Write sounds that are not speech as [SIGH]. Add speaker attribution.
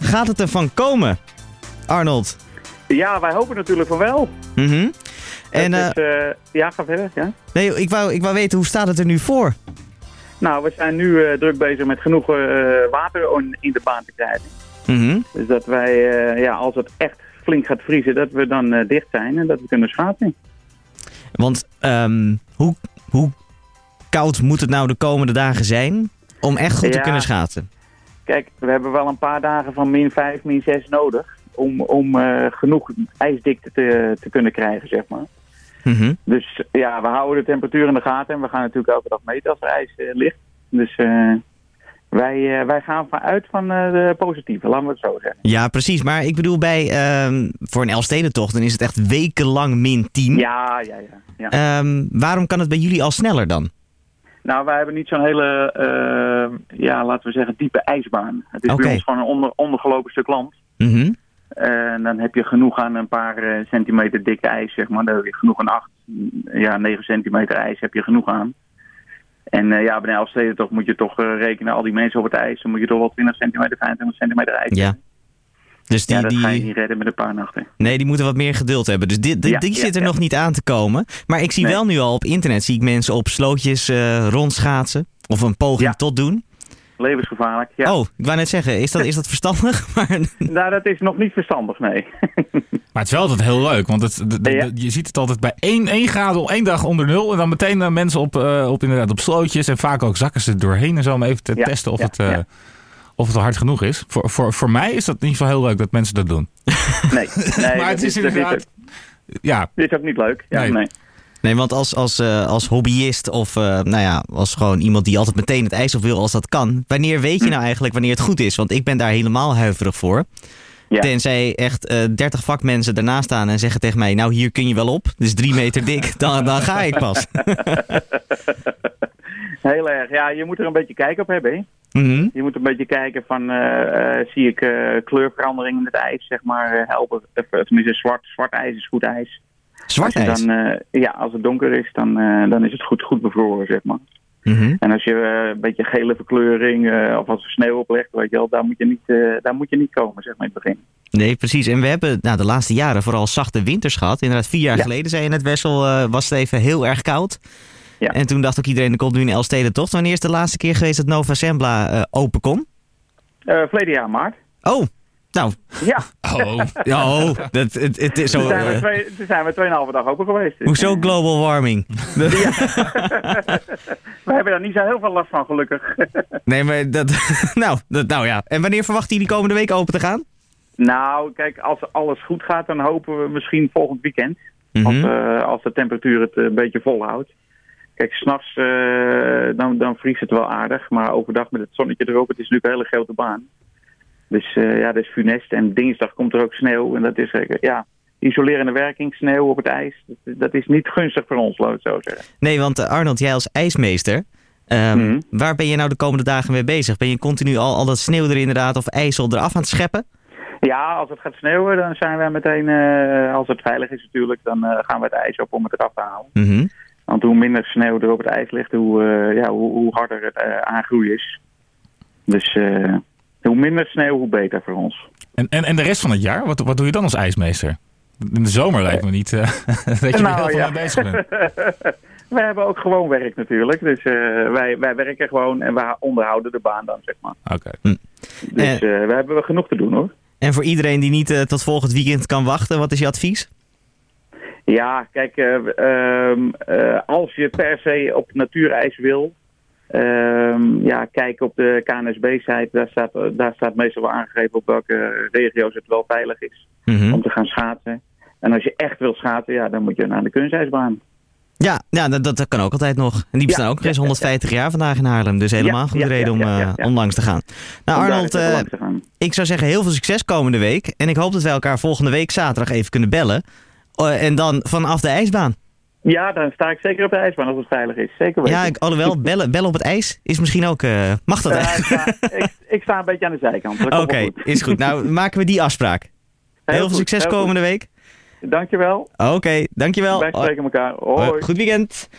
Speaker 1: Gaat het ervan komen, Arnold?
Speaker 2: Ja, wij hopen natuurlijk van wel.
Speaker 1: Mhm. En eh,
Speaker 2: Het is, eh, ja, ga verder. Ja.
Speaker 1: nee, ik, wou, ik wou weten, hoe staat het er nu voor?
Speaker 2: Nou, we zijn nu eh, druk bezig met genoeg eh, water on- in de baan te krijgen.
Speaker 1: Mhm.
Speaker 2: Dus dat wij, eh, ja, als het echt flink gaat vriezen, dat we dan eh, dicht zijn en dat we kunnen schaatsen.
Speaker 1: Want ehm, hoe, hoe koud moet het nou de komende dagen zijn om echt goed te
Speaker 2: Ja.
Speaker 1: kunnen schaatsen?
Speaker 2: Kijk, we hebben wel een paar dagen van min 5, min 6 nodig om, om eh, genoeg ijsdikte te, te kunnen krijgen, zeg maar.
Speaker 1: Mhm.
Speaker 2: Dus ja, we houden de temperatuur in de gaten en we gaan natuurlijk elke dag meten als er ijs eh, ligt. Dus eh, wij, eh, wij gaan vanuit van eh, de positieve, laten we het zo zeggen.
Speaker 1: Ja, precies. Maar ik bedoel, bij, ehm, voor een Elfstedentocht dan is het echt wekenlang min 10.
Speaker 2: Ja, ja, ja. ja.
Speaker 1: Ehm, waarom kan het bij jullie al sneller dan?
Speaker 2: Nou, wij hebben niet zo'n hele, eh, ja, laten we zeggen, diepe ijsbaan. Het is
Speaker 1: Oké.
Speaker 2: bij ons gewoon een onder, ondergelopen stuk land.
Speaker 1: Mhm.
Speaker 2: En dan heb je genoeg aan een paar eh, centimeter dikke ijs, zeg maar. Daar heb je genoeg aan 8, ja, 9 centimeter ijs heb je genoeg aan. En eh, ja, bij een Elfstedentocht moet je toch eh, rekenen, al die mensen op het ijs, dan moet je toch wel 20 centimeter, 25 centimeter ijs.
Speaker 1: Ja. Dus die,
Speaker 2: ja, dat ga je
Speaker 1: die,
Speaker 2: niet redden met een paar nachten.
Speaker 1: nee, die moeten wat meer geduld hebben. Dus dit, dit-
Speaker 2: Ja,
Speaker 1: die
Speaker 2: ja,
Speaker 1: zit er
Speaker 2: ja.
Speaker 1: nog niet aan te komen. Maar ik zie
Speaker 2: Nee.
Speaker 1: wel nu al op internet zie ik mensen op slootjes eh, rondschaatsen. Of een poging
Speaker 2: Ja.
Speaker 1: tot doen.
Speaker 2: Levensgevaarlijk, ja.
Speaker 1: Oh, ik wou net zeggen, is dat, is dat verstandig? [LAUGHS] Maar,
Speaker 2: Nou, dat is nog niet verstandig, nee. [LAUGHS]
Speaker 3: Maar het is wel altijd heel leuk, want het, de- de-
Speaker 2: Ja.
Speaker 3: je ziet het altijd bij één, één graden, één dag onder nul. En dan meteen eh, mensen op, eh, op, inderdaad, op slootjes en vaak ook zakken ze er doorheen en zo om even te
Speaker 2: Ja,
Speaker 3: testen of,
Speaker 2: ja,
Speaker 3: het, eh,
Speaker 2: ja.
Speaker 3: of het al hard genoeg is. Voor, voor, voor mij is dat in ieder geval heel leuk dat mensen dat doen. [LAUGHS]
Speaker 2: nee, nee
Speaker 3: maar
Speaker 2: dat
Speaker 3: het is
Speaker 2: dat ook-
Speaker 3: inderdaad... Ja,
Speaker 2: Dit is ook niet leuk. Ja,
Speaker 3: Nee.
Speaker 2: nee.
Speaker 1: nee, want als, als, eh, als hobbyist of eh, nou ja, als gewoon iemand die altijd meteen het ijs op wil als dat kan. Wanneer weet
Speaker 2: Hm.
Speaker 1: je nou eigenlijk wanneer het goed is? Want ik ben daar helemaal huiverig voor.
Speaker 2: Ja.
Speaker 1: Tenzij echt eh, 30 vakmensen daarnaast staan en zeggen tegen mij: Nou, hier kun je wel op. Dus drie meter dik, dan, dan ga ik
Speaker 2: [LAUGHS]
Speaker 1: pas.
Speaker 2: Heel erg. Ja, je moet er een beetje kijk op hebben. hè.
Speaker 1: Mhm.
Speaker 2: Je moet een beetje kijken van, eh, eh, zie ik eh, kleurverandering in het ijs, zeg maar, eh, helpen. Of, eh, tenminste, zwart, zwart ijs is goed ijs.
Speaker 1: Zwart
Speaker 2: Als je
Speaker 1: ijs.
Speaker 2: Dan, eh, ja, als het donker is, dan, eh, dan is het goed, goed bevroren, zeg maar.
Speaker 1: Mhm.
Speaker 2: En als je eh, een beetje gele verkleuring eh, of als er sneeuw op ligt, weet je wel, daar moet je niet, eh, daar moet je niet komen, zeg maar, in het begin.
Speaker 1: Nee, precies. En we hebben nou, de laatste jaren vooral zachte winters gehad. Inderdaad, vier jaar
Speaker 2: Ja.
Speaker 1: geleden zei je net, Wessel, eh, was het even heel erg koud.
Speaker 2: Ja.
Speaker 1: En toen dacht ook iedereen: er komt nu een Elfstedentocht. Wanneer is de laatste keer geweest dat Nova Sembla eh, open kon?
Speaker 2: Eh verleden jaar maart.
Speaker 1: Oh, nou,
Speaker 2: Ja, [LAUGHS]
Speaker 3: oh.
Speaker 1: ja, oh, dat, het, het is
Speaker 2: toen
Speaker 1: zo.
Speaker 2: zijn, we
Speaker 1: eh,
Speaker 2: twee, toen zijn we 2,5 dag open geweest. Dus,
Speaker 1: hoezo
Speaker 2: eh,
Speaker 1: global warming?
Speaker 2: we hebben daar niet zo heel veel last van,
Speaker 1: [LAUGHS]
Speaker 2: gelukkig. [LAUGHS]
Speaker 1: Nee, maar dat. [LAUGHS] Nou, dat, nou ja. En wanneer verwacht jullie komende week open te gaan?
Speaker 2: nou, kijk, als alles goed gaat, dan hopen we misschien volgend weekend. Als,
Speaker 1: Mhm.
Speaker 2: eh, als de temperatuur het eh, een beetje volhoudt. Kijk, s'nachts eh dan, dan vriest het wel aardig. Maar overdag met het zonnetje erop, het is natuurlijk een hele grote baan. Dus eh, ja, dat is funest. En dinsdag komt er ook sneeuw. En dat is eh, ja, isolerende werking, sneeuw op het ijs. Dat, dat is niet gunstig voor ons, laat ik het zo zeggen.
Speaker 1: Nee, want eh, Arnold, jij als ijsmeester. ehm,
Speaker 2: Mhm.
Speaker 1: Waar ben je nou de komende dagen mee bezig? Ben je continu al, al dat sneeuw er inderdaad of ijsel eraf aan het scheppen?
Speaker 2: Ja, als het gaat sneeuwen, dan zijn wij meteen, eh, als het veilig is natuurlijk, dan eh, gaan we het ijs op om het eraf te halen.
Speaker 1: Mhm.
Speaker 2: Want hoe minder sneeuw er op het ijs ligt, hoe, eh, ja, hoe, hoe harder het eh, aangroei is. Dus eh, hoe minder sneeuw, hoe beter voor ons.
Speaker 3: En, en, en de rest van het jaar, wat, wat doe je dan als ijsmeester? In de zomer lijkt me niet eh, [LAUGHS] dat je er
Speaker 2: Nou,
Speaker 3: heel veel
Speaker 2: ja.
Speaker 3: mee bezig
Speaker 2: [LAUGHS]
Speaker 3: bent.
Speaker 2: Wij hebben ook gewoon werk natuurlijk. Dus eh, wij, wij werken gewoon en we onderhouden de baan dan, zeg maar.
Speaker 3: Oké.
Speaker 2: Dus eh, we hebben wel genoeg te doen hoor.
Speaker 1: En voor iedereen die niet eh, tot volgend weekend kan wachten, wat is je advies?
Speaker 2: Ja, kijk, eh, ehm, eh, als je per se op natuurijs wil, ehm, ja, kijk op de KNSB-site. Daar staat, eh, daar staat meestal wel aangegeven op welke regio's het wel veilig is
Speaker 1: Mhm.
Speaker 2: om te gaan schaatsen. En als je echt wil schaatsen, ja, dan moet je naar de kunstijsbaan.
Speaker 1: Ja, ja dat, dat kan ook altijd nog. En die bestaan ook nog eens 150 jaar vandaag in Haarlem. Dus helemaal
Speaker 2: Ja,
Speaker 1: goede
Speaker 2: ja,
Speaker 1: reden om,
Speaker 2: ja, ja, ja,
Speaker 1: eh,
Speaker 2: ja.
Speaker 1: om langs te gaan. Nou,
Speaker 2: Om daar
Speaker 1: Arnold,
Speaker 2: eens even
Speaker 1: eh,
Speaker 2: langs te gaan.
Speaker 1: ik zou zeggen heel veel succes komende week. En ik hoop dat wij elkaar volgende week zaterdag even kunnen bellen. Eh, en dan vanaf de ijsbaan.
Speaker 2: Ja, dan sta ik zeker op de ijsbaan als het veilig is. Zeker weten.
Speaker 1: Ja, ik, alhoewel, bellen, bellen op het ijs is misschien ook... eh, mag dat
Speaker 2: Eh, ik,
Speaker 1: eigenlijk?
Speaker 2: sta,
Speaker 1: [LAUGHS]
Speaker 2: ik, ik sta een beetje aan de zijkant. Dat
Speaker 1: Oké,
Speaker 2: komt wel goed.
Speaker 1: is goed. Nou, maken we die afspraak. Heel,
Speaker 2: Heel
Speaker 1: veel
Speaker 2: goed,
Speaker 1: succes
Speaker 2: heel
Speaker 1: komende week.
Speaker 2: goed. Dankjewel.
Speaker 1: Oké, dankjewel.
Speaker 2: Wij
Speaker 1: Hoi.
Speaker 2: spreken elkaar. Hoi.
Speaker 1: Goed weekend.